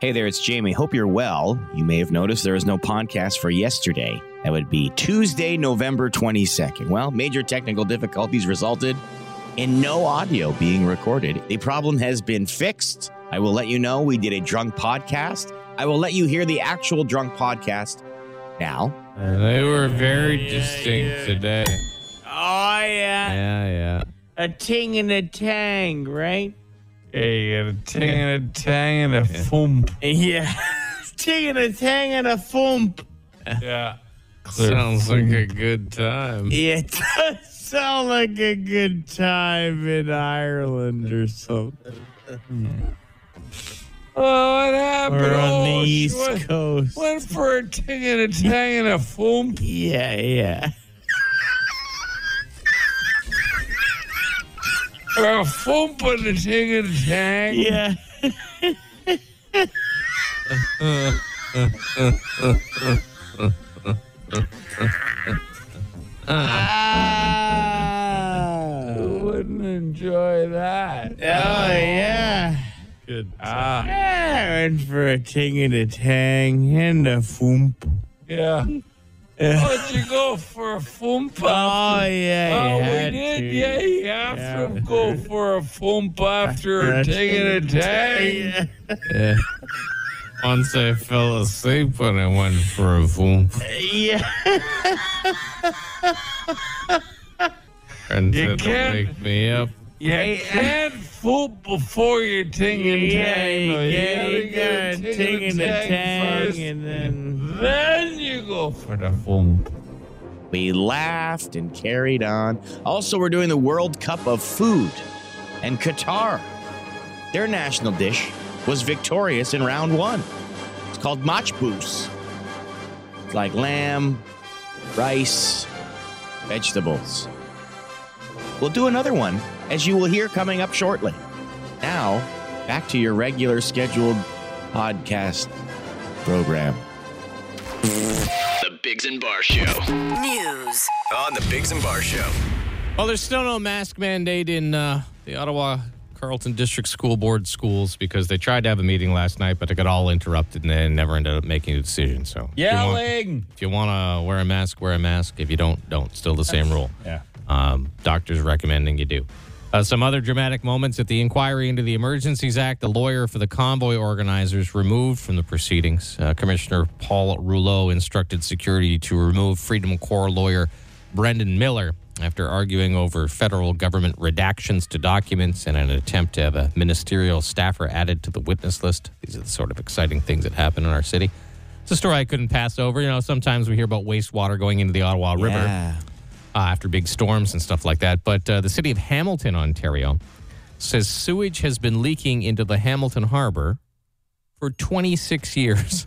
Hey there, it's Jamie. Hope you're well. You may have noticed there was no podcast for yesterday. That would be Tuesday, November 22nd. Well, major technical difficulties resulted in no audio being recorded. The problem has been fixed. I will let you know we did a drunk podcast. I will let you hear the actual drunk podcast now. Uh, they were very distinct today. Oh yeah. Yeah, yeah. a ting and a tang, right? Hey, you got a ting and a tang and a foomp. Yeah, ting and a tang and a thump. Yeah. Sounds like a good time. It does sound like a good time in Ireland or something, Oh, what happened? or on Oh, the she East went, Coast. went for a ting and a tang and a foomp. Yeah, yeah. Or a foomp and a ting and a tang. Yeah. Who Ah. Wouldn't enjoy that. Ah. Oh yeah. Good time. Yeah, and for a ting and a tang and a thump. yeah. Yeah. Why'd you go for a foomp? Oh yeah, Oh, you we had did? to. Yeah, you have to go for a foomp after That's- taking a tang. Yeah. Once I fell asleep when I went for a foomp. Yeah. And You said, can't- wake me up. You can't foomp before you're ting and Yeah, tang. you get gotta you get got a ting and a tang, and then first, Then you go for the foomp. We laughed and carried on. Also, we're doing the World Cup of Food, and Qatar, their national dish, was victorious in round one. It's called machbous. It's like lamb, rice, vegetables. We'll do another one, as you will hear coming up shortly. Now, back to your regular scheduled podcast program. The Biggs and Bar Show. News. On the Biggs and Bar Show. Well, Oh, there's still no mask mandate in uh, the Ottawa Carleton District School Board schools because they tried to have a meeting last night, but it got all interrupted and they never ended up making a decision. So if you want- Yelling! if you want to wear a mask, wear a mask. If you don't, don't. Still the same rule. Yeah. Um, doctors recommending you do. Uh, some other dramatic moments at the inquiry into the Emergencies Act. The lawyer for the convoy organizers removed from the proceedings. Uh, Commissioner Paul Rouleau instructed security to remove Freedom Corps lawyer Brendan Miller after arguing over federal government redactions to documents and an attempt to have a ministerial staffer added to the witness list. These are the sort of exciting things that happen in our city. It's a story I couldn't pass over. You know, sometimes we hear about wastewater going into the Ottawa River uh, after big storms and stuff like that. But uh, the city of Hamilton, Ontario, says sewage has been leaking into the Hamilton Harbor for 26 years.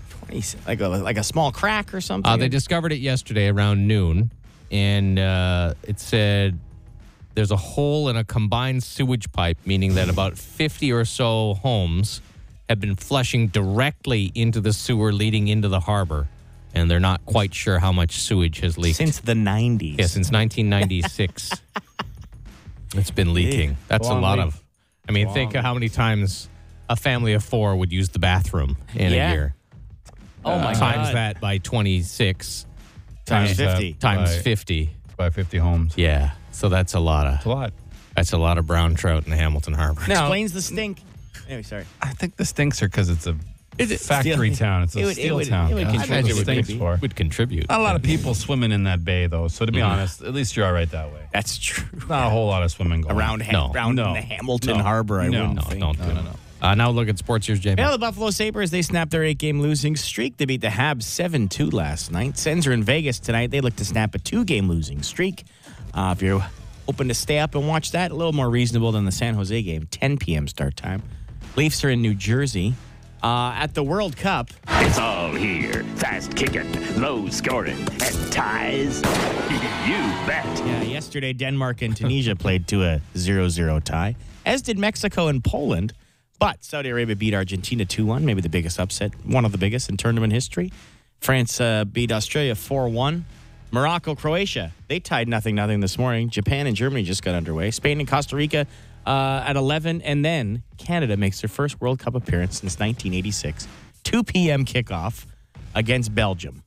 Like a, like a small crack or something? Uh, they discovered it yesterday around noon, and uh, it said there's a hole in a combined sewage pipe, meaning that about 50 or so homes have been flushing directly into the sewer leading into the harbor, and they're not quite sure how much sewage has leaked. Since the 90s. Yeah, since 1996. it's been leaking. That's a Long lot leak. of. I mean, think of how many times a family of four would use the bathroom in Yeah. a year. Oh my times God. that by 26 Times Times that. 50. times Right. 50. By 50 homes. Yeah. So that's a lot of a lot. that's a lot of brown trout in the Hamilton Harbor. Explains the stink. Anyway, sorry. I think the stinks are because it's a steel? factory town. It's a It would- it steel would- town. it would That's what contribute the to stinks it. for. would contribute. Not a lot of people swimming in that bay, though. So to be honest, at least you're all right that way. That's true. Not a whole lot of swimming going. Around, ha- No. around No. the Hamilton No. Harbor, I No. wouldn't No, think. don't do no, Uh, now look at sports years, Jamie. Now the Buffalo Sabres, they snapped their eight-game losing streak. They beat the Habs 7-2 last night. Sens are in Vegas tonight. They look to snap a two-game losing streak. Uh, if you're hoping to stay up and watch that, a little more reasonable than the San Jose game, 10 p.m. start time. Leafs are in New Jersey. Uh, at the World Cup, It's all here. Fast kicking, low scoring, and ties. you bet. Yeah, yesterday Denmark and Tunisia played to a 0-0 tie, as did Mexico and Poland. But Saudi Arabia beat Argentina 2-1, maybe the biggest upset, one of the biggest in tournament history. France uh, beat Australia 4-1. Morocco, Croatia, they tied nothing nothing this morning. Japan and Germany just got underway. Spain and Costa Rica uh, at 11. And then Canada makes their first World Cup appearance since 1986. 2 p.m. kickoff against Belgium.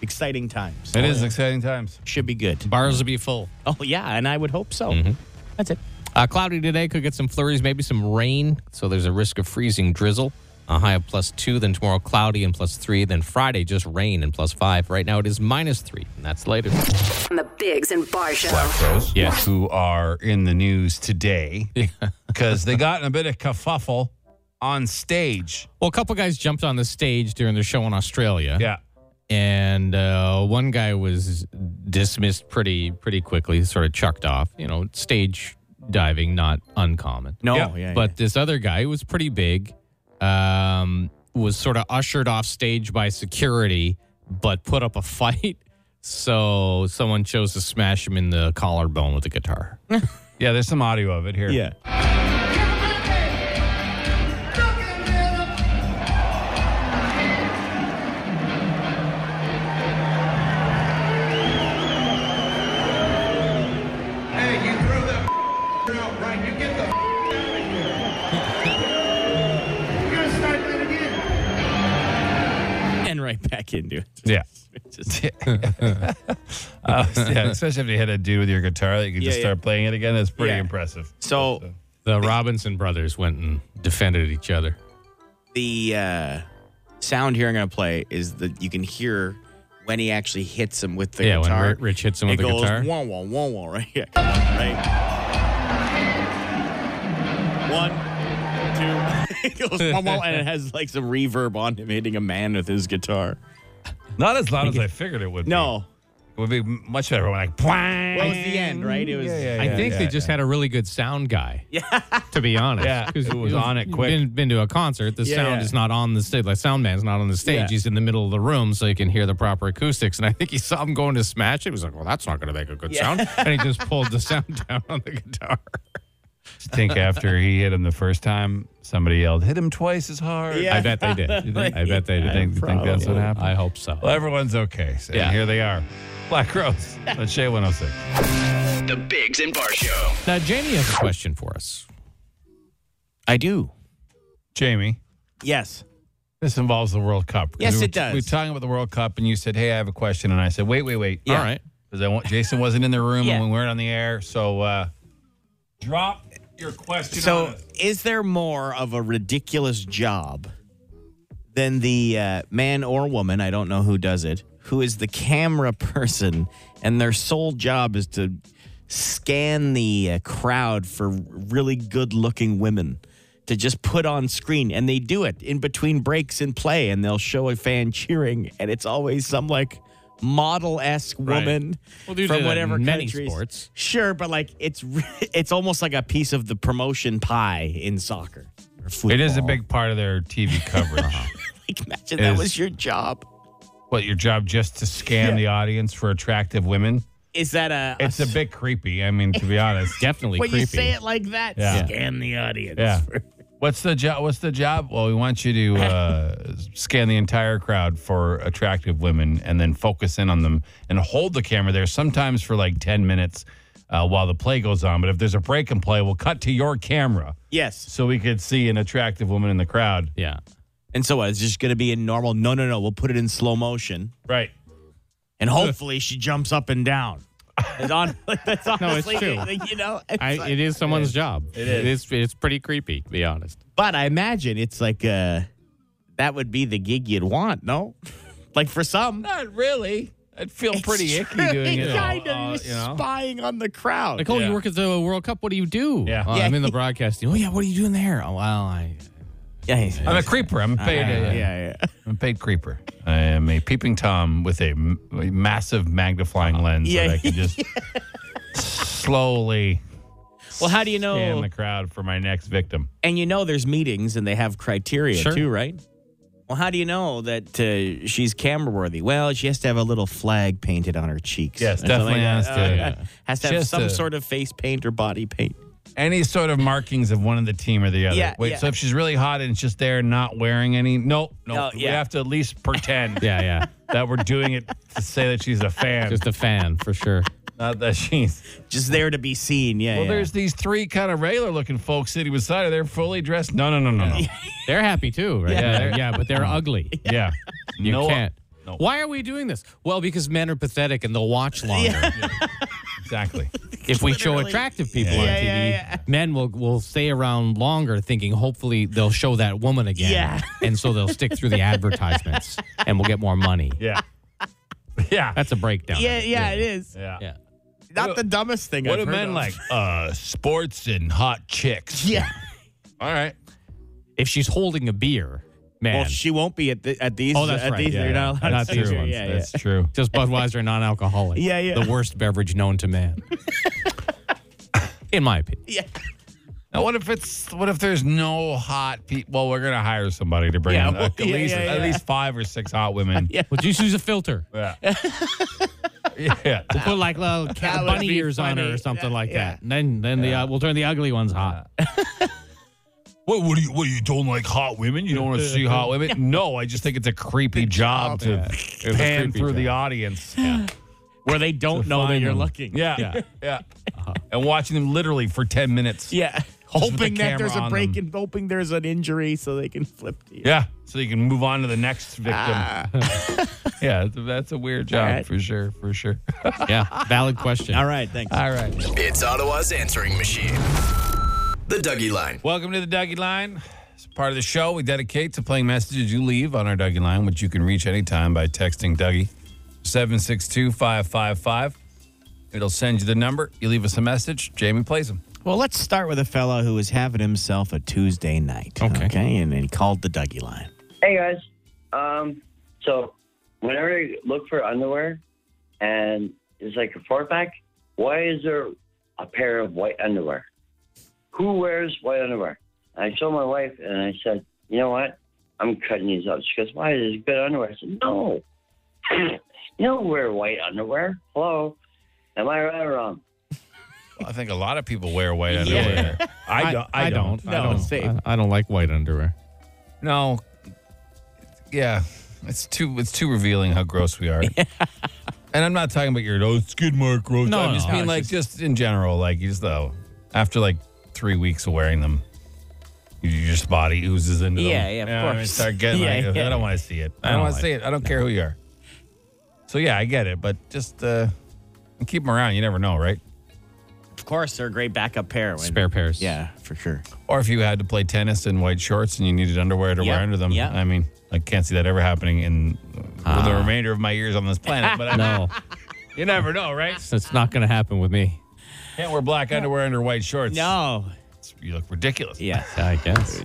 Exciting times. It is exciting times. Should be good. Bars will be full. Oh, yeah. And I would hope so. That's it. Uh, cloudy today. Could get some flurries, maybe some rain. So there's a risk of freezing drizzle. A high of plus two. Then tomorrow, cloudy and plus three. Then Friday, just rain and plus five. Right now, it is minus three. And that's later. on the Bigs and Bar Show. Those Yes. who are in the news today because they got in a bit of kerfuffle on stage. Well, a couple guys jumped on the stage during their show in Australia. Yeah. and uh, one guy was dismissed pretty pretty quickly, sort of chucked off. You know, stage diving not uncommon. No, Yeah, Oh, yeah, but this other guy who was pretty big. Um, was sort of ushered off stage by security, but put up a fight. So someone chose to smash him in the collarbone with a guitar. Yeah, there's some audio of it here. yeah. And right back into it. Yeah. Just- Uh, yeah, especially if you hit a do with your guitar that you can just Yeah, start playing it again. That's pretty Yeah. impressive. so The Robinson brothers went and defended each other. the uh, sound here I'm going to play is that you can hear when he actually hits him with the yeah, guitar. when Ri- Rich hits him it with a goes guitar. wah wah wah wah right here. Right. One, two. it goes wah wah, and it has like some reverb on him hitting a man with his guitar. Not as loud as I figured it would be. No, It would be much better when I well, it was the end, right? It was. Yeah, yeah, I yeah, think yeah, they just had a really good sound guy. Yeah. To be honest. Yeah, Because who was on it quick. Been, been to a concert. The Yeah, sound yeah. is not on the stage. Like sound man's not on the stage. Yeah. He's in the middle of the room so you can hear the proper acoustics. And I think he saw him going to smash it. He was like, well, that's not going to make a good sound. And he just pulled the sound down on the guitar. I think after he hit him the first time, somebody yelled, "Hit him twice as hard." Yeah. I bet they did. I bet they did. think, think that's what happened. I hope so. well, everyone's okay. So Yeah. Here they are, Black Rose on Shea 106. The Bigs and Bar Show. Now, Jamie has a question for us. I do. Jamie, Yes. this involves the World Cup. 'Cause Yes, we were- it does. We were talking about the World Cup, and you said, "Hey, I have a question," and I said, "Wait, wait, wait." Yeah. All right. because I want Jason wasn't in the room Yeah. and we weren't on the air. So uh, drop your question. on So, us. is there more of a ridiculous job than the uh, man or woman, I don't know who does it, who is the camera person and their sole job is to scan the uh, crowd for really good looking women to just put on screen? And they do it in between breaks in play and they'll show a fan cheering, and it's always some like model esque woman Well, they do that from in whatever many countries. sports. Sure, but like it's re- it's almost like a piece of the promotion pie in soccer. Or football. it is a big part of their TV coverage. Like, imagine that is- was your job. What your job just to scan the audience for attractive women? Is that a? It's a bit creepy. I mean, to be honest. Definitely When creepy. you say it like that, Yeah. scan the audience. Yeah. for- What's the job? What's the job? Well, we want you to uh, scan the entire crowd for attractive women, and then focus in on them and hold the camera there. Sometimes for like ten minutes uh, while the play goes on. But if there's a break in play, we'll cut to your camera Yes. so we could see an attractive woman in the crowd. yeah. And so what? It's just going to be in normal. No, no, no. We'll put it in slow motion, Right. and hopefully she jumps up and down. It's on, like, that's honestly, true. You know, it's I, like- it is someone's job. It is. is. It's pretty creepy, to be honest. But I imagine it's like uh that would be the gig you'd want, no? like for some. Not really. I'd feel pretty It's icky doing it. Kind of Uh, You're just you know. spying on the crowd. Like, oh, you work at the World Cup. What do you do? Yeah. "Oh, I'm in the broadcasting. Oh, yeah. What are you doing there? Oh, well, I. yeah, yeah, I'm a creeper. I'm a paid. yeah, uh, yeah. I'm a paid creeper. I am a peeping tom with a, m- a massive magnifying lens Yeah. that I can just slowly Well, how do you scan know? Oh. the crowd for my next victim. And you know, there's meetings and they have criteria Sure. too, right? Well, how do you know that uh, she's camera worthy? Well, she has to have a little flag painted on her cheeks. Yes, Or something like definitely has that. Uh, to. Has to have She has some to- sort of face paint or body paint. any sort of markings of one of the team or the other. Yeah, Wait, yeah. so if she's really hot and it's just there not wearing any, nope, No, nope. We yeah. have to at least pretend Yeah, yeah. that we're doing it to say that she's a fan, Just a fan for sure. not that she's. Just there to be seen. Yeah. Well, yeah. there's these three kind of regular looking folks sitting beside her. They're fully dressed. No, no, no, no, no. They're happy too, right? Yeah. Yeah, yeah, but they're ugly. yeah. You No, can't. no. Why are we doing this? Well, because men are pathetic and they'll watch longer. Exactly. If we show attractive people on TV, men will will stay around longer, thinking hopefully they'll show that woman again. Yeah. and so they'll stick through the advertisements, and we'll get more money. Yeah. Yeah. That's a breakdown. of yeah, it, yeah, it is. yeah. Yeah. Not the dumbest thing What I've do heard men of. like? Uh, sports and hot chicks. Yeah. All right. If she's holding a beer, man, Well, she won't be at, the, at these. Oh, that's at right. These, Yeah, you're yeah. not allowed Not to these do it. ones. Yeah, yeah. That's true. just Budweiser non-alcoholic. Yeah, yeah. The worst beverage known to man, in my opinion. Now, what if it's what if there's no hot people? Well, we're gonna hire somebody to bring Yeah, in well, at yeah, least yeah, at yeah. least five or six hot women. Yeah. Well, just use a filter. Yeah. yeah. We'll put like little cat would bunny be ears on her funny. or something Yeah, like yeah. that. And then then the uh, we'll turn the ugly ones hot. What, what do you what you don't like hot women? You don't want to see hot women? No, I just think it's a creepy job to It's a pan creepy through the job. audience. Where they don't know that find you're them. looking. Yeah. Yeah. And watching them literally for 10 minutes. Uh-huh. Yeah. with Hoping the that there's camera a on break them. and hoping there's an injury so they can flip to you. Yeah. So you can move on to the next victim. Ah. yeah. that's a- That's a weird job right. for sure. For sure. yeah, valid question. All right, thanks. All right. It's Ottawa's answering machine. The Dougie Line. Welcome to the Dougie Line. It's part of the show we dedicate to playing messages you leave on our Dougie Line, which you can reach anytime by texting Dougie 762 555. It'll send you the number. You leave us a message. Jamie plays them. Well, let's start with a fellow who was having himself a Tuesday night. Okay. and then he called the Dougie line. Hey guys. Um, so whenever I look for underwear and it's like a four pack, why is there a pair of white underwear? Who wears white underwear? I told my wife and I said, you know what? I'm cutting these up. She goes, why is this good underwear? I said, no. you don't wear white underwear. Hello. Am I right or wrong? I think a lot of people wear white underwear. I, don't, I, don't. No, it's safe. I, I don't like white underwear. No. Yeah. It's too it's too revealing how gross we are. and I'm not talking about your oh it's good more gross. No, I'm no, just no, being it's like just, in general, like you just though after like three weeks of wearing them, you- your just body oozes into them. Yeah, yeah, of You know what I mean? course. Start getting Yeah, like, yeah. I don't want to see it. I don't, don't want to like see it. I don't care who you are. So yeah, I get it, but just uh keep them around. You never know, right? Of course, they're a great backup pair. When, Spare pairs. Yeah, for sure. Or if you had to play tennis in white shorts and you needed underwear to Yeah, wear under them. yeah. I mean, I can't see that ever happening in for Ah. the remainder of my years on this planet. But I, No, you never know, right? that's not going to happen with me. Can't wear black underwear under white shorts. No. It's- you look ridiculous. Yeah. I guess.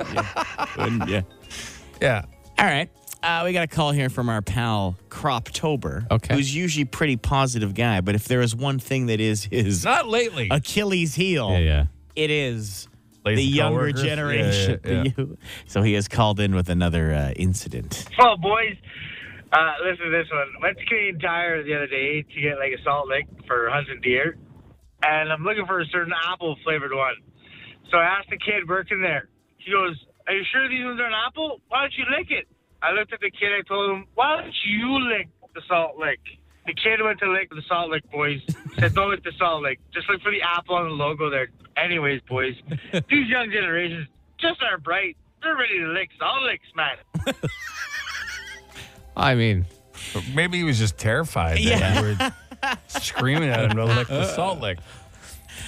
yeah. Yeah. All right. Uh, we got a call here from our pal Croptober, Okay. who's usually pretty positive guy, but if there is one thing that is his Not lately. Achilles heel, Yeah, yeah. it is Lazy Uh, the younger coworkers. Yeah, yeah, generation. yeah. So he has called in with another uh, incident. Oh, boys. Uh, listen to this one. Went to Canadian Tire the other day to get like a salt lick for hunting deer, and I'm looking for a certain apple flavored one. So I asked the kid working there. He goes, "Are you sure these ones are an apple? Why don't you lick it?" I looked at the kid. I told him, "Why don't you lick the salt lick?" The kid went to lick the salt lick, boys. Said, "Don't lick the salt lick. Just look for the apple on the logo there." Anyways, boys, these young generations just aren't bright. They're ready to lick salt licks, man. I mean, But Maybe he was just terrified that Yeah. you were screaming at him to lick the salt lick.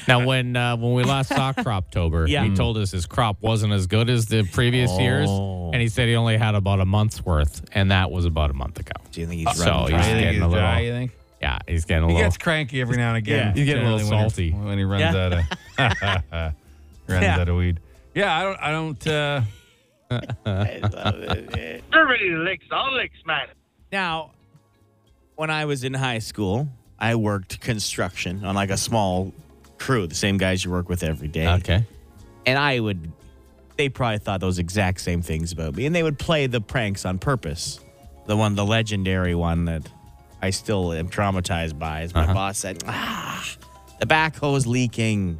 now when uh, when we last saw Croptober, Yeah. he told us his crop wasn't as good as the previous years, Oh. and he said he only had about a month's worth, and that was about a month ago. Do you think he's So running he's dry? You think getting he's a little- dry, you think? Yeah, he's getting a He little. gets cranky every now and again. Yeah, he's getting a little Generally when salty. he- when he runs Yeah. out of runs Yeah. out of weed. Yeah, I don't. I don't. Uh, They're ready to lick all licks, man. Now, when I was in high school, I worked construction on like a small crew, the same guys you work with every day. okay. And I would, they probably thought those exact same things about me. And they would play the pranks on purpose. The one, the legendary one that I Uh-huh. still am traumatized by is my boss said, ah, the backhoe's leaking.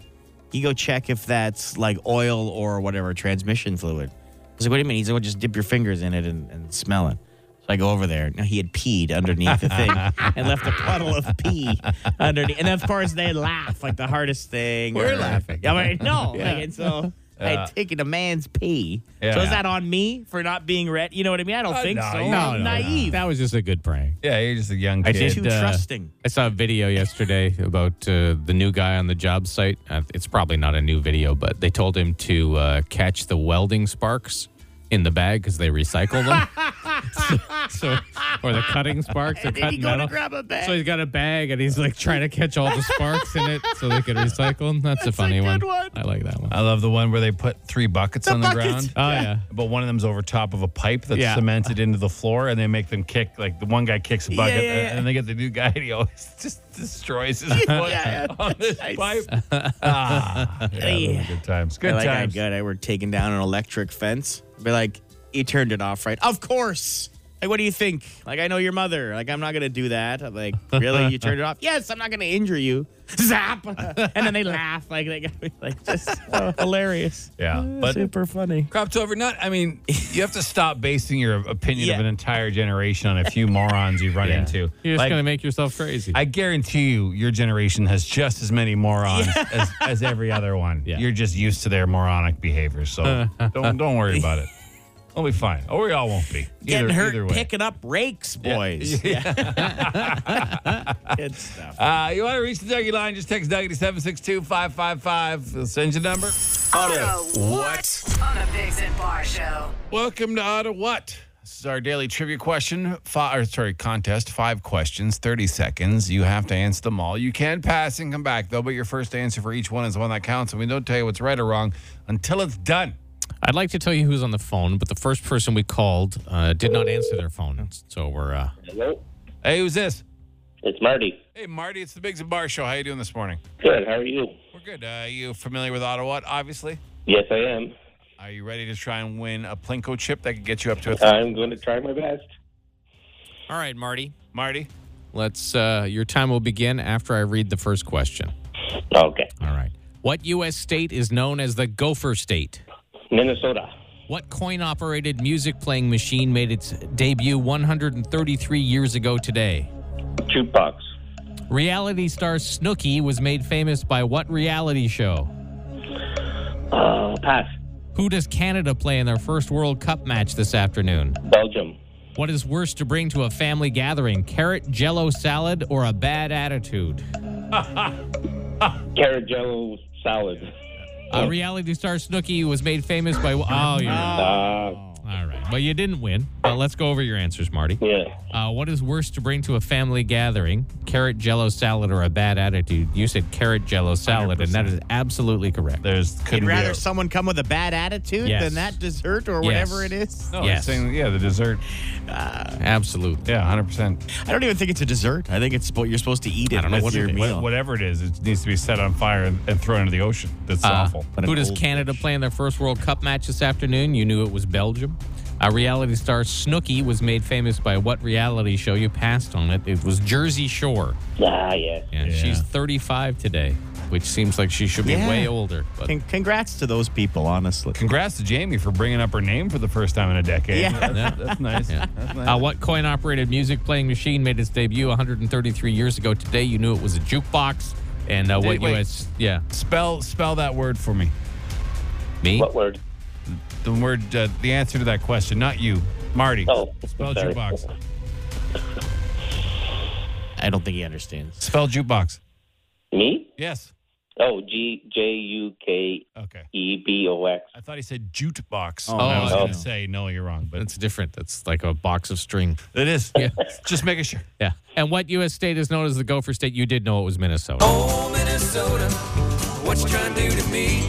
you go check if that's like oil or whatever transmission fluid. I was like, what do you mean? He's like, well, just dip your fingers in it and, and smell it. So I go over there. Now he had peed underneath the thing and left a puddle of pee underneath. And of course they laugh like the hardest thing. We're or- laughing. Yeah, right. No, Yeah. like, and so. I Yeah. had taken a man's pee. Yeah. So is that on me for not being red? You know what I mean? I don't Uh, think no, so. you- I'm no, no, no. naive. That was just a good prank. Yeah, you're just a young I kid. did. Too uh, trusting. I saw a video yesterday about uh, the new guy on the job site. Uh, it's probably not a new video, but they told him to uh, catch the welding sparks in the bag because they recycle them. so, or the cutting sparks. Or Did he cutting go to metal. grab a bag? So he's got a bag and he's like trying to catch all the sparks in it so they can recycle them. That's, a funny good one. I like that one. I love the one where they put three buckets on the buckets. ground. Oh yeah. But one of them's over top of a pipe that's Yeah. cemented into the floor, and they make them kick. Like the one guy kicks a bucket, yeah, and- yeah. and they get the new guy, and he always just destroys his foot yeah, on this nice. pipe. Ah, yeah, those Yeah. are good times. Good like times. I got, I were taking down an electric fence. Be like, you turned it off, right? Of course. Like, what do you think? Like, I know your mother. Like, I'm not gonna do that. I'm like, really? You turned it off? Yes, I'm not gonna injure you. Zap! and then they laugh. Like, they got me, like just so Oh, hilarious. Yeah, but Super funny. cropped over. Not. I mean, you have to stop basing your opinion Yeah. of an entire generation on a few morons you run into. You're just Like, gonna make yourself crazy. I guarantee you, your generation has just as many morons as, as every other one. Yeah. You're just used to their moronic behavior, so don't don't worry about it. We'll be fine, or we all won't be. Getting Either- either hurt, way. picking up rakes, boys. Yeah. Good stuff. Uh, you want to reach the Dougie line? Just text Dougie to 762-555. They'll send you the number. What? Oh, On the Bigs and Bar Show. Welcome to Ottawa. What? This is our daily trivia question, five, or sorry, contest. Five questions, 30 seconds. You have to answer them all. You can pass and come back, though, but your first answer for each one is the one that counts, and we don't tell you what's right or wrong until it's done. I'd like to tell you who's on the phone, but the first person we called uh, did not answer their phone, so we're uh, Hello? Hey, who's this? It's Marty. Hey, Marty, it's the Bigs and Bar Show. How you doing this morning? Good. How are you? We're good. Uh, you familiar with Ottawa, obviously? Yes, I am. Are you ready to try and win a Plinko chip that could get you up to a... I'm going to try my best. all right, Marty. Marty? Let's. Uh, your time will begin after I read the first question. Okay. All right. What U.S. state is known as the Gopher State? Minnesota. What coin-operated music-playing machine made its debut 133 years ago today? Jukebox. Reality star Snooki was made famous by what reality show? Uh, pass. Who does Canada play in their first World Cup match this afternoon? Belgium. What is worse to bring to a family gathering, carrot jello salad or a bad attitude? Carrot jello salad. A Uh, reality star Snooki was made famous by. Oh, you're. Uh, All right. Well, you didn't win, but let's go over your answers, Marty. yeah. Uh, what is worse to bring to a family gathering, carrot jello salad or a bad attitude? You said carrot jello salad, and that is absolutely correct. There's... You'd Couldn't rather someone come with a bad attitude Yes. than that dessert or Yes. whatever it is? No, Yes. yes. Saying, yeah, the dessert. Absolutely. Yeah, 100%. I don't even think it's a dessert. I think it's what you're supposed to eat it. I don't know with what your it is. meal. What- whatever it is, it needs to be set on fire and, and thrown into the ocean. That's awful. Uh, But an Who does old Canada play in their first World Cup match this afternoon? You knew it was Belgium. A reality star Snooki was made famous by what reality show? You passed on it. It was Jersey Shore. Ah, yeah. Yeah, Yeah. she's 35 today, which seems like she should be Yeah. way older. But Con- congrats to those people, honestly. Congrats to Jamie for bringing up her name for the first time in a decade. Yeah. That's, that's nice. That's nice. uh, what coin-operated music-playing machine made its debut 133 years ago today? You knew it was a jukebox. And uh, what Wait, wait. U.S. Yeah, Spell spell that word for me. me. What word? The word, uh, the answer to that question, not you, Marty. Oh, spell sorry. jukebox. I don't think he understands. Spell jukebox. Me? Yes. Oh, G J U K Okay. E B O X. I thought he said jukebox. Oh, and I was no. going to say no, you're wrong, but That's different. That's like a box of string. it is. Just making sure. Yeah. And what U.S. state is known as the Gopher State? You did know it was Minnesota. Oh, Minnesota, what you trying to do to me?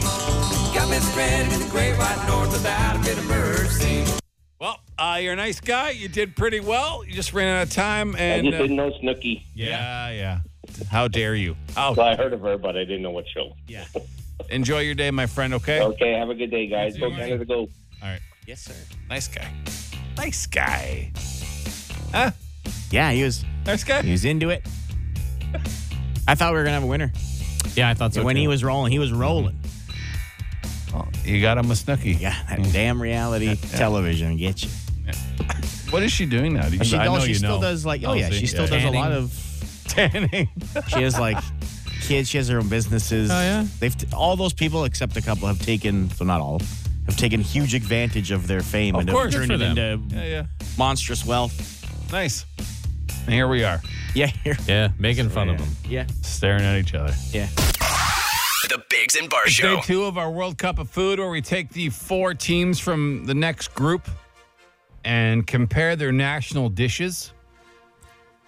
Got me stranded in the great white north without a bit of mercy. Well, uh, you're a nice guy. You did pretty well. You just ran out of time, I and just uh, didn't know Snooki. yeah, yeah. How dare you? How Well, I heard of her, but I didn't know what show. Enjoy your day, my friend, okay? Okay, have a good day, guys. Go Canada, go. Yes, sir. Nice guy. Nice guy. Huh? Yeah, he was Nice he guy? was into it. I thought we were gonna have a winner. Yeah, I thought so. when too. he was rolling, he was rolling. You got him a snooky. Yeah, that damn reality television gets you. What is she doing now? Do you- She, I oh, know she you still know. does like, oh, yeah, see, she still does a lot of. tanning. She has like kids. She has her own businesses. Oh, yeah? They've t- all those people except a couple have taken, so not all, have taken huge advantage of their fame Of and course, have good turned for it them. into yeah, yeah. monstrous wealth. Nice. And here we are, Yeah, here. yeah, making fun of him. yeah, staring at each other. yeah. The Bigs and Bar Day two of our World Cup of Food, where we take the four teams from the next group and compare their national dishes,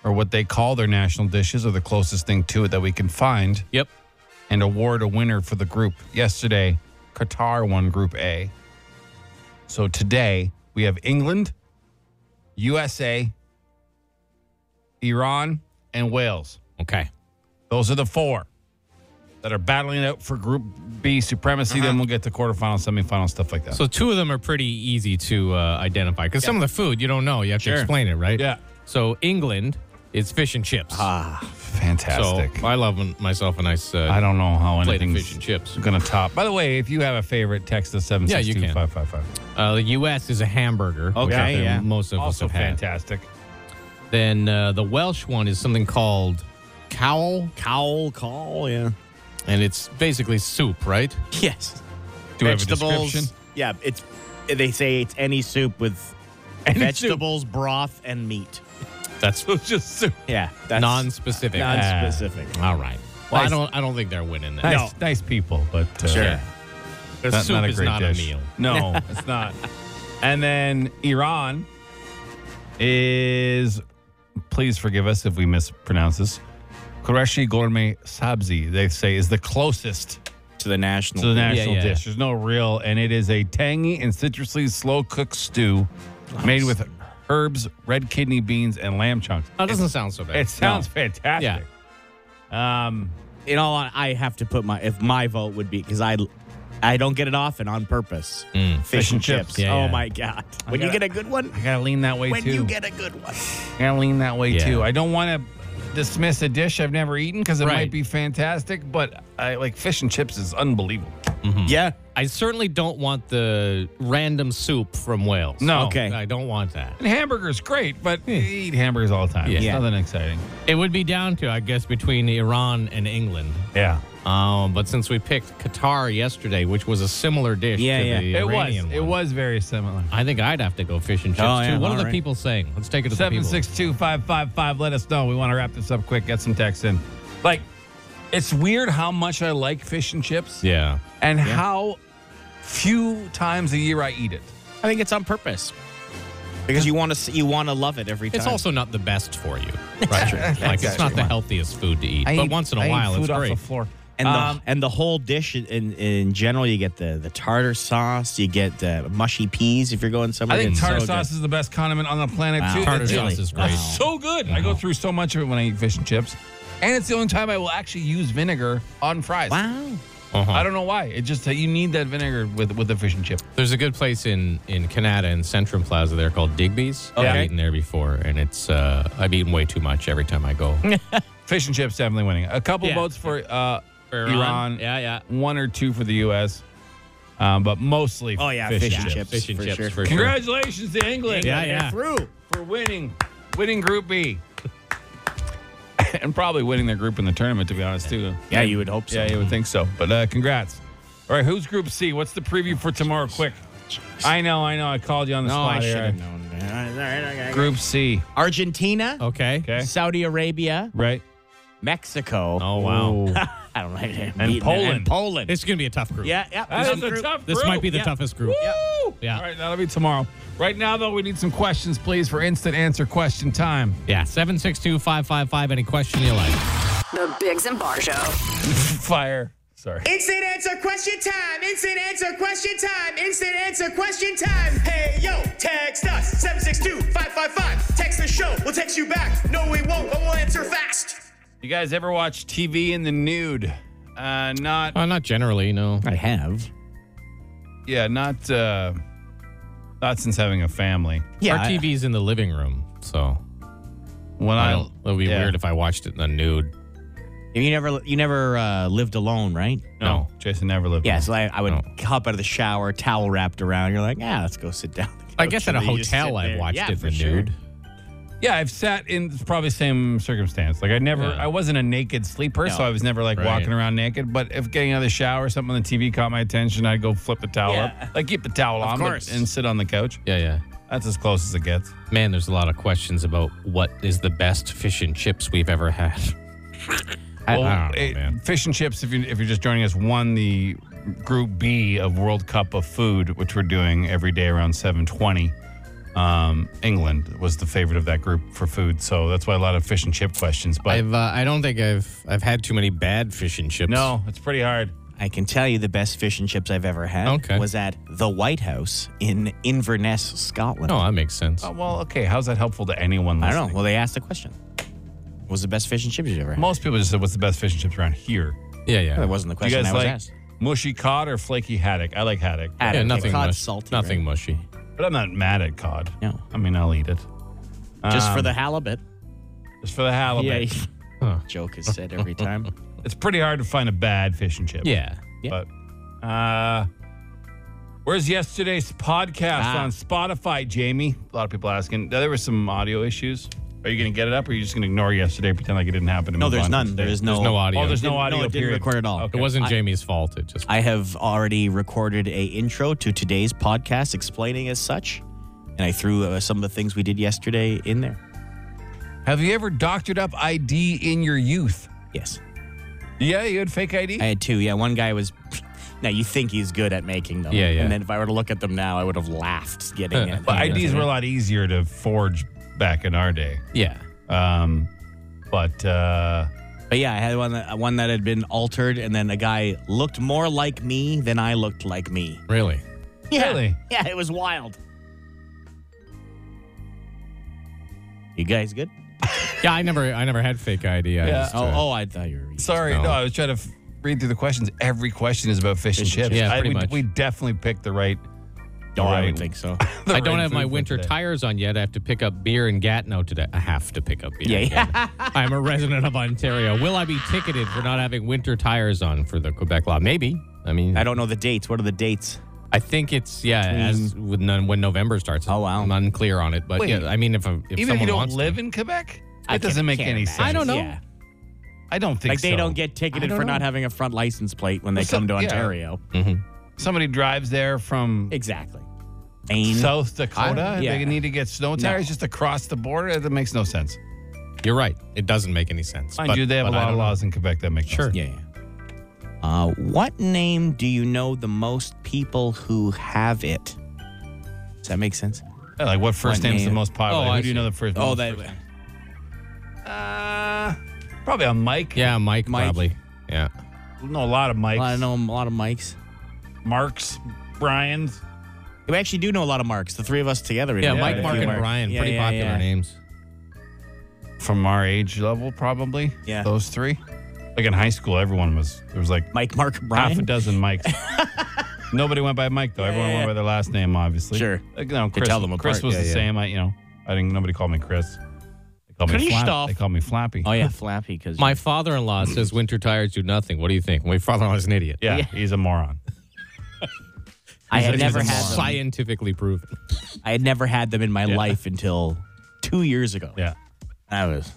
or what they call their national dishes, or the closest thing to it that we can find, Yep. and award a winner for the group. Yesterday, Qatar won Group A. So today, we have England, USA, Iran, and Wales. Okay. Those are the four that are battling it out for Group B supremacy. Then we'll get to quarterfinal, semifinal, stuff like that. Uh-huh. So two of them are pretty easy to uh, identify because some of the food you don't know. You have to explain it, right? Yeah. So England, it's fish and chips. so fantastic. I love m- myself a nice uh, I don't know how plate of anything's fish and chips. going to top. By the way, if you have a favorite, text us seven six two five five five. Uh, the U.S. is a hamburger. which Okay, I think yeah. Most of Also us have had. fantastic. Then uh, the Welsh one is something called cowl, Cowl, call, yeah. and it's basically soup, right? Yes. Do we have a vegetables. description? yeah, it's they say it's any soup with vegetables, broth, and meat. That's Just soup. Yeah, uh, non-specific. non-specific. Ah, all right. Well, Nice. I don't. I don't think they're winning that. Nice, nice people, but uh, Sure. yeah, The not, soup not a is great not dish. a meal. No, it's not. And then Iran is, please forgive us if we mispronounce this, Qureshi Gourmet Sabzi, they say, is the closest to the national. to the national yeah, yeah. dish. There's no real, and it is a tangy and citrusly slow cooked stew made with herbs, red kidney beans, and lamb chunks. That doesn't sound so bad. It sounds fantastic. Um, in all hon- I have to put my if my vote would be because I I don't get it often on purpose. Fish, and chips. Yeah, oh yeah. my god! When you gotta- get a good one, I gotta lean that way when too. you get a good one, I gotta lean that way Yeah. too. I don't want to dismiss a dish I've never eaten because it might Right. be fantastic, but I like fish and chips is unbelievable. yeah. Hmm. I certainly don't want the random soup from Wales. No. Okay. I don't want that. And hamburgers great, but you eat hamburgers all the time. It's Yeah. nothing exciting. It would be down to, I guess, between Iran and England. Yeah. Um, but since we picked Qatar yesterday, which was a similar dish Yeah, to yeah. the It was. Iranian It one, was very similar. I think I'd have to go fish and chips Oh, yeah, too. What are the alright. people saying? Let's take it to Seven the people. six two five five five. Let us know. We want to wrap this up quick. Get some texts in. Like, it's weird how much I like fish and chips Yeah. and how few times a year I eat it. I think it's on purpose because you want to you want to love it every time. It's also not the best for you, right? like it's not the healthiest food to eat, but once in a I eat while, food it's off great. the floor. and the, Um, and the whole dish in, in in general. You get the the tartar sauce. You get the mushy peas if you're going somewhere. I think It's tartar so good. sauce is the best condiment on the planet Wow. too. Tartar It's sauce is great. so good. I go through so much of it when I eat fish and chips, and it's the only time I will actually use vinegar on fries. Wow. Uh-huh. I don't know why. It just you need that vinegar with with the fish and chip. There's a good place in in Canada in Centrum Plaza there called Digby's. I've Okay. eaten there before, and it's uh, I've eaten way too much every time I go. Fish and chips definitely winning. A couple Yeah. votes for uh, Iran. yeah, yeah, One or two for the U.S. Um, but mostly. Oh yeah, fish, fish, and and chips. chips. fish and for chips sure. for sure. Congratulations to England. Yeah, yeah. Through for winning, winning Group B, and probably winning their group in the tournament. To be honest, too. Yeah, you would hope so. Yeah, you would think so. But uh, congrats. All right, who's Group C? What's the preview for tomorrow? Quick. I know, I know. I called you on the No, spot I should here. have known. All right, all right, okay. Group C, Argentina, Okay. Okay. Saudi Arabia, right? Mexico. Oh wow. I don't know. And Poland. Poland. It's gonna be a tough group. yeah, yeah. That this is a group- tough This group. might be the yeah. toughest group. Woo! Yeah. All right, that'll be tomorrow. Right now, though, we need some questions, please, for instant answer question time. Yeah. Seven six two five five five. Any question you like? The Bigs and Bar Show. Fire. Sorry. Instant answer question time. Instant answer question time. Instant answer question time. Hey, yo, text us 762 555. Text the show. We'll text you back. No, we won't, but we'll answer fast. You guys ever watch TV in the nude? Uh, not, Uh, not generally. No. I have. yeah, not, uh, not since having a family. Yeah, Our I- TV's in the living room, so When I, I don't. It would be yeah. weird if I watched it in the nude. You never you never uh, lived alone, right? No, Jason never lived. Yeah, so I, I would hop out of the shower, towel wrapped around. You're like, yeah, let's go sit down. I guess at a hotel I watched yeah, it, for the sure. nude. Yeah, I've sat in probably same circumstance. Like I never, Yeah. I wasn't a naked sleeper, so No. I was never like Right. walking around naked. But if getting out of the shower, something on the TV caught my attention, I'd go flip the towel up, like keep the towel on, but- course. and sit on the couch. Yeah, yeah. That's as close as it gets. Man, there's a lot of questions about what is the best fish and chips we've ever had. I- I Well, don't know, it- man. Fish and chips. If you if you're just joining us, won the Group B of World Cup of Food, which we're doing every day around 7:20. Um, England was the favorite of that group for food, so that's why a lot of fish and chip questions. But I've uh, I don't think I've I've had too many bad fish and chips. no, it's pretty hard. I can tell you the best fish and chips I've ever had Okay. was at the White House in Inverness, Scotland. no, that makes sense. Oh, well, okay. How's that helpful to anyone? I Listening? don't know. Well, they asked the question. What was the best fish and chips you've ever had? Most people just said, "What's the best fish and chips around here?" Yeah, yeah. That wasn't the Do you question guys I was like asked. mushy cod or flaky haddock? I like haddock, Haddock. yeah, Okay, nothing cod's mush- salty, Nothing right? mushy. but I'm not mad at cod. No. I mean I'll eat it Just for Um, the halibut. just for the halibut. Yeah. Joke is said every time. It's pretty hard to find a bad fish and chip. Yeah. Yeah. But uh, where's yesterday's podcast Ah. on Spotify, Jamie? A lot of people asking. Now, there were some audio issues. Are you going to get it up, or are you just going to ignore yesterday, pretend like it didn't happen? and No, move there's on to none. today? There is no, no audio. Oh, there's no Didn't- no, audio. it didn't period. record at all. Okay. It wasn't Jamie's fault. It just I have already recorded a intro to today's podcast explaining as such, and I threw uh, some of the things we did yesterday in there. Have you ever doctored up ID in your youth? Yes, Yeah, you had fake ID. I had two. Yeah, one guy was. Now you think he's good at making them. Yeah, yeah. And then if I were to look at them now, I would have laughed getting it. But IDs were a lot easier to forge back in our day. yeah. Um, but uh, But yeah, I had one that, one that had been altered, and then a guy looked more like me than I looked like me. Really? Yeah. really, Yeah, it was wild. You guys good? Yeah, I never I never had fake ID. I Yeah. just, Oh, uh, oh, I thought you were. sorry, no. No. I was trying to f- read through the questions. Every question is about fish, and Fish and chips. chips. Yeah, I- pretty we, much. we definitely picked the right. No, I Right. don't think so. the I don't right have my food for winter today. tires on yet. I have to pick up beer and Gatineau today. I have to pick up beer. Yeah, and yeah. Gatineau. I'm a resident of Ontario. Will I be ticketed for not having winter tires on for the Quebec law? Maybe. I mean, I I, don't know the dates. What are the dates? think it's yeah. As Mm. with none, when November starts. Oh, wow. I'm unclear on it, but Wait. yeah. I mean, if a, if Even someone if you don't wants live to, in Quebec, I it doesn't can't- make can't any imagine. sense. I don't know. Yeah. I don't think Like they so. don't get ticketed I don't for not know. having a front license plate when they Well, so- come to yeah. Ontario. Somebody drives there from Exactly. Maine. South Dakota. I- and They yeah. need to get snow tires just across the border. That makes no sense. you're right. It doesn't make any sense. Mind but- you, they have a but I lot of don't know. laws in Quebec that make no Sure. sense. yeah, yeah. Uh, what name do you know the most people who have it? Does that make sense? Yeah, Like what first What name's the name? most popular? Oh, Who I do you see. know the first? Oh, most that. first- Uh, probably a Mike. Yeah, Mike, Mike. probably. Yeah. No, a lot of I Mikes. know a lot of mics. Marks, Brian's. We actually do know a lot of marks. The three of us together. we Yeah, know Mike, quite a Mark, few and marks. Brian. Yeah, pretty yeah, popular yeah. names. From our age level, probably. Yeah. Those three. Like in high school, everyone was, there was like Mike, Mark, half a Brian. dozen Mikes. Nobody went by Mike, though. Everyone yeah, went yeah. by their last name, obviously. Sure. Like, you know, Chris, tell them Chris apart. was Yeah, the yeah. same. I, you know, I didn't, nobody called me Chris. They called me Flap. Christoph. They called me Flappy. Oh yeah, Flappy. Because My father-in-law says winter tires do nothing. What do you think? My father-in-law is an idiot. yeah, he's a moron. I had He's a- never he's a had moron. them. Scientifically proven. I had never had them in my life until two years ago. Yeah. I was,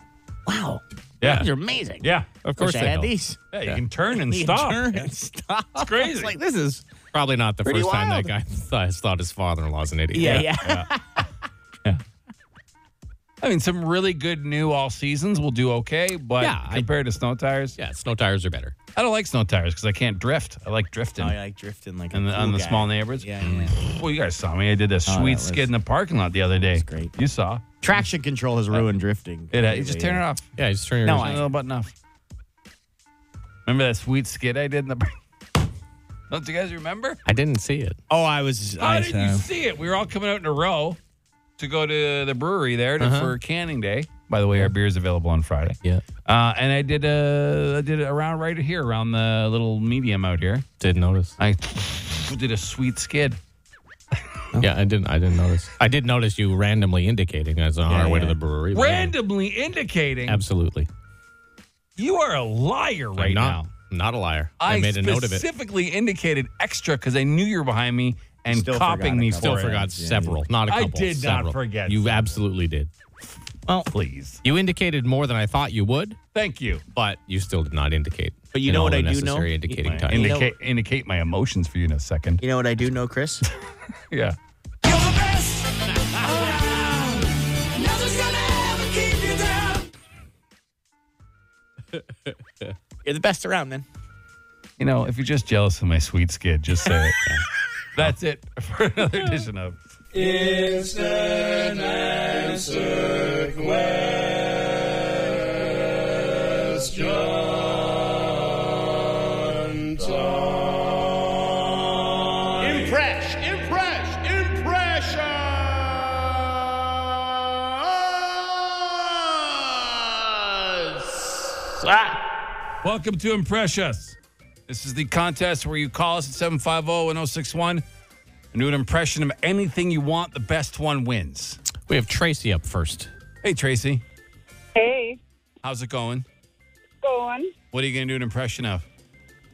wow, Yeah. these are amazing. Yeah. Of Wish I had these. Yeah, you can turn and You stop. turn and stop. It's crazy. like this is. Probably not the Pretty first time that wild. guy thought, thought his father-in-law's an idiot. Yeah, yeah. I mean, some really good new all seasons will do okay, but Yeah, I- compared to snow tires, Yeah, snow tires are better. I don't like snow tires because I can't drift. I like drifting Oh, you're like drifting like a and the, cool on the guy. small neighborhoods. Yeah, yeah. Well, you guys saw me. I did that a sweet was- skid in the parking lot the other day. was great. You saw Traction control has ruined drifting. it. uh, you just turn it off. Yeah, just turn your No, Just a I- little button off. Remember that sweet skid I did in the? par- Don't you guys remember? I didn't see it. Oh, I was. How I, did you see it? We were all coming out in a row to go to the brewery there Uh-huh. to, for canning day. By the way, our beer is available on Friday. Yeah. Uh, and I did a I did a round right here around the little medium out here. Didn't notice. I did a sweet skid. Yeah, I didn't I didn't notice. I did notice you randomly indicating I was on our way to yeah. the brewery. but yeah. randomly indicating Absolutely. You are a liar right I'm now. not, Not a liar. I, made a note of it. specifically indicated extra because I knew you were behind me and Still forgot copying a me. couple. Still for it. forgot several, not a I couple, did several. not forget. You absolutely did. Well, please. You indicated more than I thought you would. Thank you. But you still did not indicate. But you in know all what the I do necessary know? Indicating My- time. you know- Indicate- indicate my emotions for you in a second. You know what I do know, Chris? yeah. Nothing's gonna ever keep you down. You're the best around, man. You know, if you're just jealous of my sweet skid, just say it. That's it for another edition of Instant answer question Impress, impress, uh, impressions. Welcome to Impress Us. This is the contest where you call us at oh, 750-1061 and do an impression of anything you want. The best one wins. We have Tracy up first. Hey, Tracy. Hey, How's it going? go on. What are you going to do an impression of?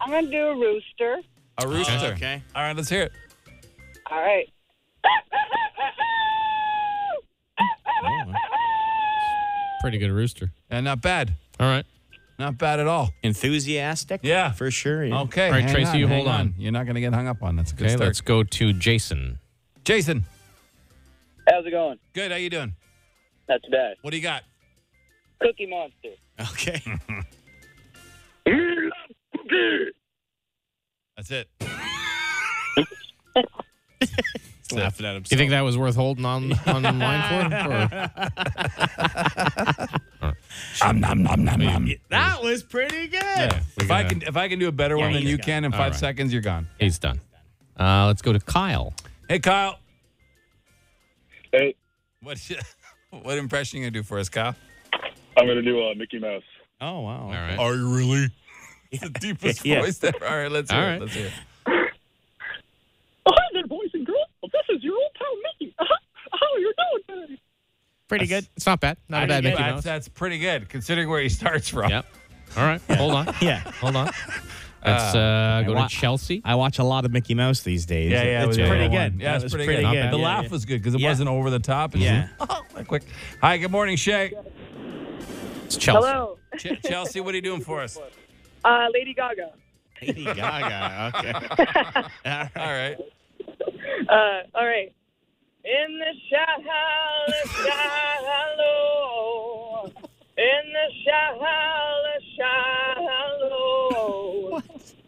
I'm gonna do a rooster. A rooster. okay. All right, let's hear it. All right. Pretty good rooster. And not bad. All right. Not bad at all. Enthusiastic? Yeah. For sure. yeah. Okay. All right, hang Tracy, on, you hang hold on. You're not going to get hung up on. That's a good Okay, start. let's go to Jason. Jason. How's it going? Good. How you doing? That's bad. What do you got? Cookie Monster. Okay. That's it. laughing at himself. You think that was worth holding on on the line for? Um, nom, nom, nom, nom. That was pretty good. If I can, if I can do a better Yeah, one than he's you got can it. in All five right. seconds, you're gone. He's done. Uh, let's go to Kyle. Hey, Kyle. Hey. What what impression you gonna do for us, Kyle? I'm gonna do uh, Mickey Mouse. Oh wow! All right. Are you really? It's the deepest Yeah. voice ever. All right, let's All hear it. right. Let's hear it. Oh, hi there, boys and girls. This is your old pal Mickey. How are you doing today? Pretty good. It's not bad. Not a bad Mickey that's, Mouse. that's pretty good considering where he starts from. Yep. All right. Hold on. Yeah. Hold on. Let's uh, go to Chelsea. I watch a lot of Mickey Mouse these days. Yeah, yeah, It's it was pretty the one. good. Yeah, That it's pretty, good. good. The Yeah, laugh yeah. was good because it Yeah. wasn't over the top. It was Yeah. like quick. Hi, good morning, Shay. It's Chelsea. Hello. Ch- Chelsea, what are you doing for us? Uh, Lady Gaga. Lady Gaga. Okay. All right. Uh, all right. In the shallow shallow. In the shallow shallow.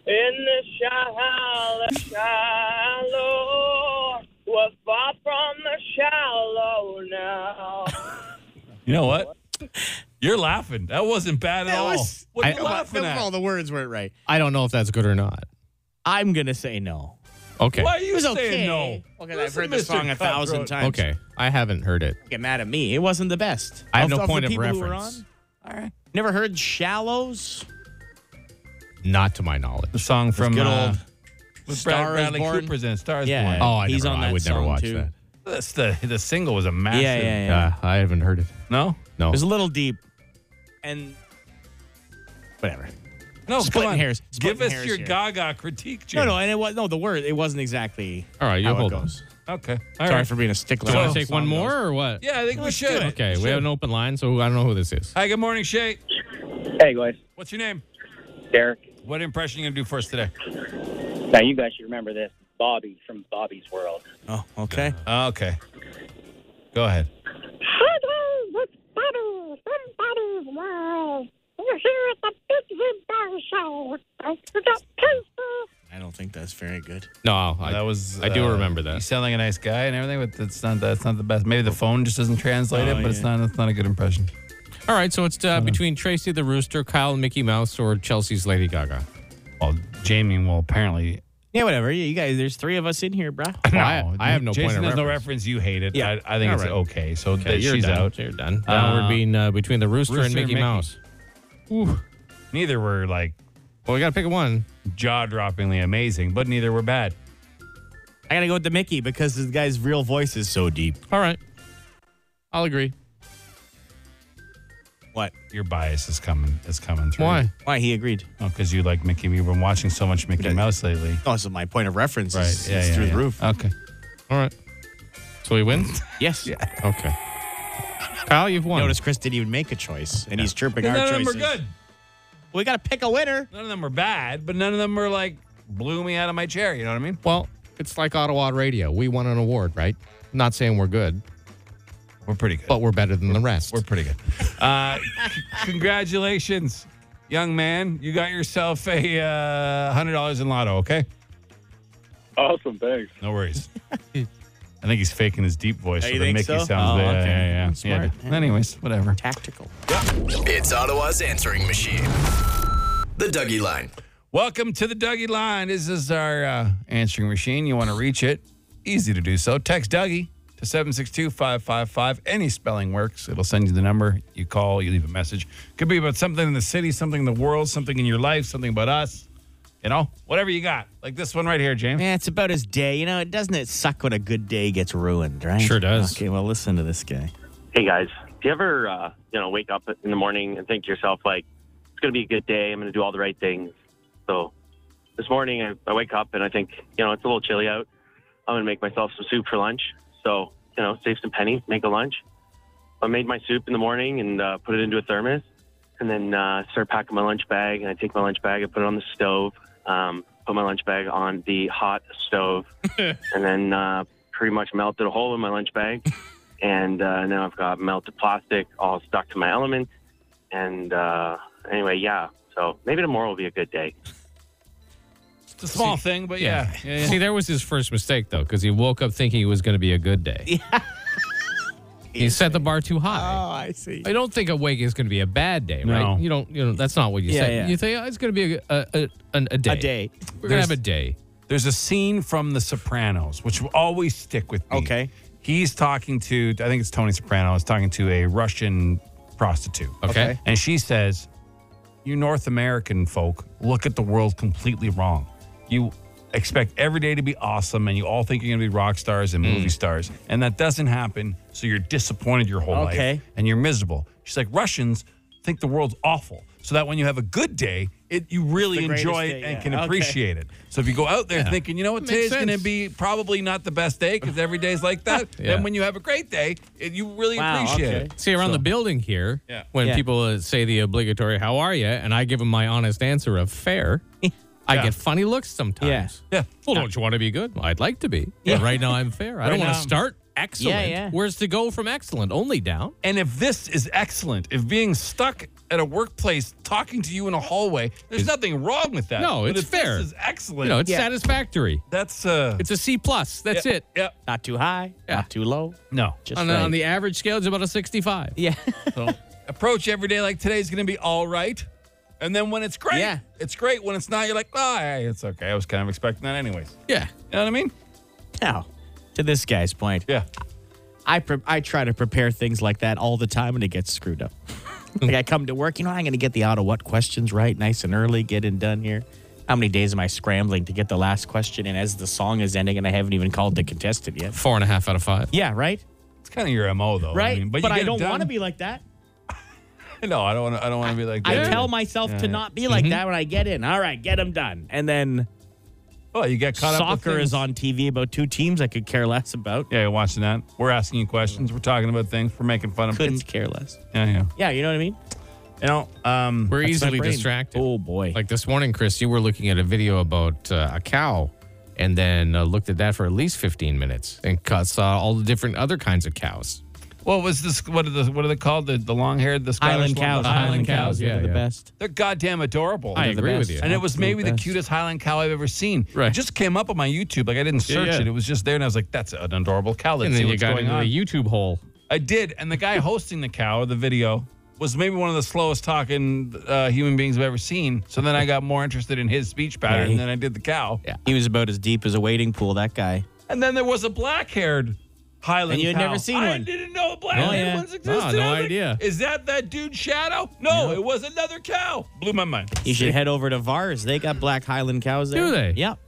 In the shallow shallow. We're far from the shallow now. You know what? You're laughing. That wasn't bad at all. What are you laughing at? all the words weren't right. I don't know if that's good or not. I'm gonna say no. Okay. Why are you It was saying okay. no? Okay, I've heard this song a thousand times. Okay. I haven't heard it. Don't Get mad at me. It wasn't the best. I have Of- no of point the of people who were reference. on? All right. Never heard Shallows? Not to my knowledge. The song from good uh, old with Brad, Star is Bradley Born. Cooper's in it, Stars Yeah, Born. Oh, I he's never- on I that would never song, watch too. that. That's Oh, the the single was a massive. Yeah, yeah, yeah. Ah, I haven't heard it. No, no. It was a little deep. And whatever. No, Splitting come on. hairs. Give Splitting us hairs your here. Gaga critique. Jim. No, no, and it was no the word. It wasn't exactly. All right, you how hold it on. goes. Okay. Sorry for being a stickler. Do you want on to the take song one goes. more or what? Yeah, I think we Let's do it. should. Okay, Let's we do have it. an open line, so I don't know who this is. Hi, good morning, Shay. Hey, guys. What's your name? Derek. What impression you gonna do for us today? Now, you guys should remember this. Bobby from Bobby's World. Oh, okay. okay. Go ahead. Hi there, it's Buddy from Buddy's World. We're here at the Big Red Bar Show. Don't forget Casey. I don't think that's very good. No, I, that was. I do uh, remember that. You sound like a nice guy and everything, but that's not that's not the best. Maybe the phone just doesn't translate it, Oh, but it's yeah. not that's not a good impression. All right, so it's uh, between Tracy the Rooster, Kyle and Mickey Mouse, or Chelsea's Lady Gaga. Well, Jamie will apparently. Yeah, whatever. You guys, there's three of us in here, bro. I, I have no Jason point has of reference. no reference. You hate it. Yeah. I, I think All it's right. okay. So Okay, that you're she's done. out. You're done. Downward being uh, between the Rooster, and Rooster Mickey, and Mickey. Mouse. Neither were like Well, we got to pick one. jaw-droppingly amazing, but neither were bad. I gotta go with the Mickey because this guy's real voice is so deep. All right. I'll agree. What? Your bias is coming is coming through. Why? Why he agreed? Oh, because you like Mickey. You've been watching so much Mickey Mouse lately. Oh, so my point of reference right. is, yeah, is yeah, through yeah. the roof. Okay. All right. So he wins. Uh, Yes. Okay. Kyle, you've won. Notice Chris didn't even make a choice, and he's chirping none our of them choices. were good. We got to pick a winner. None of them were bad, but none of them were like blew me out of my chair. You know what I mean? Well, it's like Ottawa radio. We won an award, right? Not saying we're good. We're pretty good. But we're better than the rest. We're pretty good. Uh, c- congratulations, young man. You got yourself a uh, hundred dollars in lotto. Okay. Awesome, thanks. No worries. I think he's faking his deep voice Oh, so you that think Mickey so? sounds. Oh, yeah, okay. yeah, yeah. Smart. yeah. Anyways, whatever. Tactical. It's Ottawa's answering machine. The Dougie Line. Welcome to the Dougie Line. This is our uh, answering machine. You want to reach it? Easy to do so. Text Dougie to 762 555. Any spelling works. It'll send you the number. You call, you leave a message. Could be about something in the city, something in the world, something in your life, something about us. You know, whatever you got. Like this one right here, James. Yeah, it's about his day. You know, it doesn't it suck when a good day gets ruined, right? Sure does. Okay, well, listen to this guy. Hey guys, do you ever uh, you know wake up in the morning and think to yourself like it's going to be a good day? I'm going to do all the right things. So this morning I, I wake up and I think you know it's a little chilly out. I'm going to make myself some soup for lunch. So you know save some pennies, make a lunch. I made my soup in the morning and uh, put it into a thermos, and then uh, start packing my lunch bag. And I take my lunch bag, I put it on the stove, um, put my lunch bag on the hot stove, and then uh, pretty much melted a hole in my lunch bag and uh, now I've got melted plastic all stuck to my element. And uh, anyway, yeah. So maybe tomorrow will be a good day. It's a small thing, but yeah. yeah. yeah, See, there was his first mistake though, because he woke up thinking it was going to be a good day. He set the bar too high. Oh, I see. I don't think a wake is going to be a bad day, No. right? You don't, you know, that's not what you Yeah, say. yeah. You think oh, it's going to be a, a, a, an- a day. A day. We're going to There's- have a day. There's a scene from The Sopranos, which will always stick with me. Okay. He's talking to, I think it's Tony Soprano, is talking to a Russian prostitute. Okay. And she says, You North American folk look at the world completely wrong. You expect every day to be awesome and you all think you're going to be rock stars and movie stars. And that doesn't happen. So you're disappointed your whole Okay. life and you're miserable. She's like, Russians think the world's awful. So that when you have a good day, it, you really the greatest enjoy it day, and yeah. can Okay. appreciate it. So if you go out there Yeah. thinking, you know what, Makes today's going to sense. be probably not the best day because every day's like that, Yeah. then when you have a great day, it, you really Wow, appreciate okay. it. See, around the building here, Yeah. when Yeah. people uh, say the obligatory, how are you? And I give them my honest answer of fair, I Yeah. get funny looks sometimes. Yeah. Well, don't you want to be good? Well, I'd like to be. But right now, I'm fair. I Right don't want now, to I'm- start excellent. yeah. Where's to go from excellent? Only down. And if this is excellent, if being stuck at a workplace talking to you in a hallway, there's nothing wrong with that. No, But it's if this fair. is excellent. You know, it's Yeah. satisfactory. That's uh It's a C plus. That's yeah, it. Yep. Not too high, Yeah. not too low. No. Just On, right. on the average scale, it's about a 65. yeah. So approach every day like today's going to be all right. And then when it's great, Yeah. it's great. When it's not, you're like, oh, hey, it's okay. I was kind of expecting that anyways. Yeah. You know what I mean? Now, to this guy's point, Yeah. I pre- I try to prepare things like that all the time, and it gets screwed up. like I come to work, you know, I'm going to get the auto what questions right, nice and early, getting done here. How many days am I scrambling to get the last question? And as the song is ending, and I haven't even called the contestant yet. Four and a half out of five. Yeah, right, It's kind of your mo, though. right. I mean, but you get I it don't done. want to be like that. No, I don't want to. I don't want to be like that. I either. tell myself Yeah, to yeah. Mm-hmm. not be like that when I get in. All right, get them done, and then Well, Oh, you get caught up. with soccer is things. on TV about two teams I could care less about. Yeah, you're watching that. We're asking you questions. We're talking about things. We're making fun of Couldn't things. care less. Yeah, yeah. Yeah, you know what I mean. You know, um, We're That's my easily brain. distracted. Oh boy. Like this morning, Chris, you were looking at a video about uh, a cow and then uh, looked at that for at least 15 minutes and cut, saw all the different other kinds of cows. what was this? What are the? What are they called? The the long haired, the Scottish Highland long- cows. Highland, Highland cows. cows. Yeah, yeah, the yeah. best. They're goddamn adorable. I They're the agree with best. you. and it was maybe the best. cutest Highland cow I've ever seen. It Right. just came up on my YouTube. Like I didn't Yeah, search yeah. it. It was just there, and I was like, "That's an adorable cow." Let's and see then you what's got going into on. the YouTube hole. I did, and the guy hosting the cow, the video, was maybe one of the slowest talking uh, human beings I've ever seen. So then I got more interested in his speech pattern he- than I did the cow. Yeah. He was about as deep as a wading pool. That guy. And then there was a black-haired Highland And you had cow. never seen I one. didn't know black Oh, haired yeah. ones No, existed. I was no like, idea. Is that that dude Shadow? No, it was another cow. Blew my mind. You should head over to Vars. They got black Highland cows there. Do they? Yep.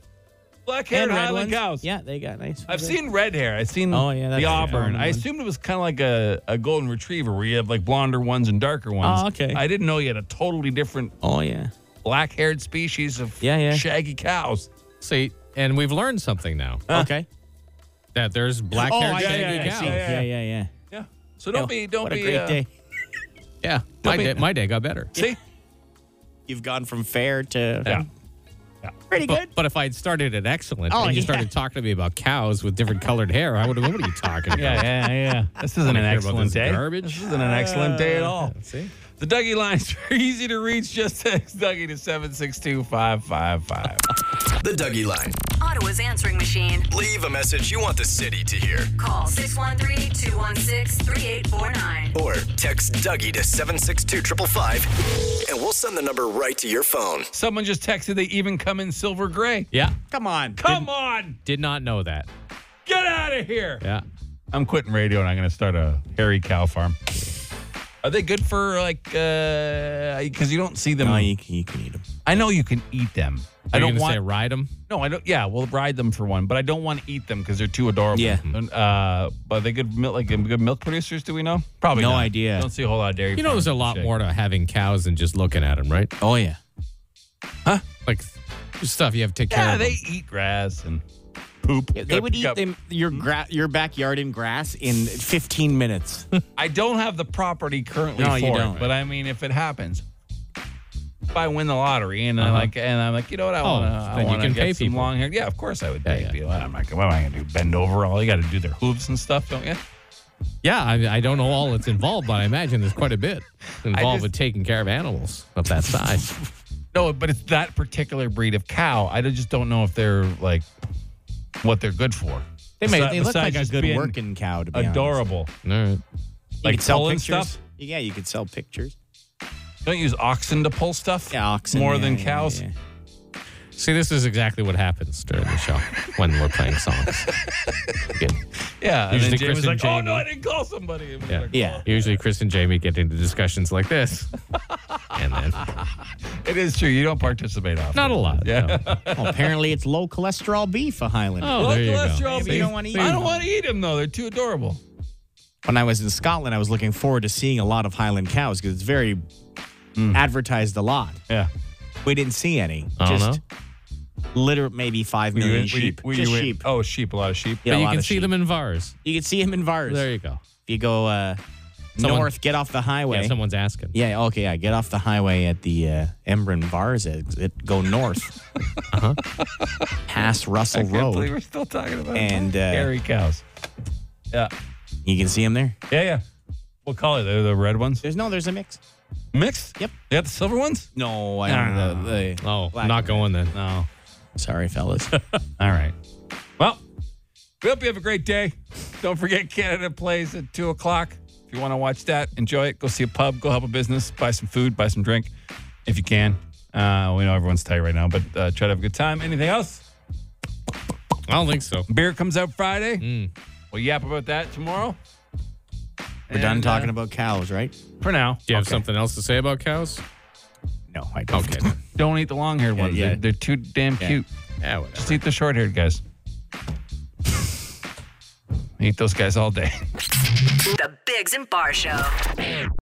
Black-haired and red Highland ones. cows. Yeah, they got nice. I've seen red hair. I've seen Oh, yeah, that's the the auburn. common I one. assumed it was kind of like a, a golden retriever where you have like blonder ones and darker ones. Oh, okay. I didn't know you had a totally different Oh yeah. black haired species of Yeah, yeah. shaggy cows. See, and we've learned something now Okay. that there's black haired Oh, I see. shaggy Yeah, yeah, I cows. see. Yeah, yeah, yeah. yeah. Yeah. So don't Yeah, be don't what be a great uh, day. Yeah, my day, my day got better. See? You've gone from fair to Yeah. pretty But, good. but if I'd started at excellent Oh, and you yeah. started talking to me about cows with different colored hair, I would have. What are you talking about? Yeah, yeah, yeah. This I isn't don't an care about excellent this day. garbage. This isn't an excellent day at all. See, The Dougie lines are easy to reach. Just text Dougie to 762-555. The Dougie Line. Ottawa's answering machine. Leave a message you want the city to hear. Call 613-216-3849. Or text Dougie to 762 555 and we'll send the number right to your phone. Someone just texted they even come in silver gray. yeah, Come on. Come on. did not know that. Get out of here. Yeah, I'm quitting radio and I'm going to start a hairy cow farm. Are they good for like uh cuz you don't see them No, Oh, you, can- you can eat them. I know you can eat them. I Are you don't gonna say want ride them. No, I don't yeah, we'll ride them for one, but I don't want to eat them cuz they're too adorable. Yeah. And, uh but are they good milk like good milk producers do we know? Probably No not. idea. Don't see a whole lot of dairy. You know, there's a farms lot and more to having cows than just looking at them, right? Oh yeah. Like there's stuff you have to take shit. care Yeah, of. they 'em. eat grass and poop. They would eat them, your gra- your backyard in grass in 15 minutes. I don't have the property currently No, for you don't. it, but I mean, if it happens, if I win the lottery and Uh-huh. I like, and I'm like, you know what, I Oh, want to, then I you want to can get pay some people. long hair. Yeah, of course I would Yeah, pay yeah. people. I'm like, what am I going to do? Bend over all? You got to do their hooves and stuff, don't you? Yeah, I, I don't know all that's involved, but I imagine there's quite a bit involved just- with taking care of animals of that size. No, but it's that particular breed of cow. I just don't know if they're like what they're good for. They, may, Besi- they look besides like a just good being working cow, to be honest. Adorable. all right. You Like could sell pulling pictures. stuff? Yeah, you could sell pictures. Don't use oxen to pull stuff. Yeah, oxen. More yeah, than yeah, cows. yeah. See, this is exactly what happens during the show when we're playing songs. Good. Yeah, and Usually then Jamie's like, Chris and "Oh no, Jamie. I didn't call somebody." And we're Yeah. like, Yeah. Usually, Chris and Jamie get into discussions like this, and then It is true. You don't participate often. not a lot. Yeah. no. Well, apparently, it's low cholesterol beef, a Highlander. Oh, Low there you cholesterol go. Maybe you don't wanna eat I them. don't want to eat them though. They're too adorable. When I was in Scotland, I was looking forward to seeing a lot of Highland cows because it's very advertised a lot. Yeah. We didn't see any. Mm. I don't Just literally maybe five million sheep. Just sheep. Oh, sheep. A lot of sheep. Yeah, a But you lot can of see sheep. them in VARs. You can see him in Vars. There you go. if you go uh, Someone- north, get off the highway. Yeah, someone's asking. Yeah, okay, yeah. Get off the highway at the uh, Embrun Bars exit. Go north. Uh-huh. Pass Russell Road. we're still talking about And, uh, hairy cows. Yeah. You can see them there. Yeah, yeah. What color? They're the red ones. There's no, there's a mix. Mixed. Yep. They got the silver ones. No, I Ah. the, the- Oh, Black not going then. no. Sorry, fellas. All right. Well, we hope you have a great day. Don't forget Canada plays at two o'clock. If you want to watch that, enjoy it. Go see a pub. Go help a business. Buy some food. Buy some drink, if you can. Uh, we know everyone's tight right now, but uh, try to have a good time. Anything else? I don't think so. Beer comes out Friday. Hmm. We'll yap about that tomorrow. We're done talking about cows, right? about for now. Do you have something else to say about cows? No, I don't. Okay. Don't eat the long-haired ones. yeah. They're, they're too damn cute. Yeah, whatever. Just eat the short-haired guys. eat those guys all day. The Bigs and Bar Show.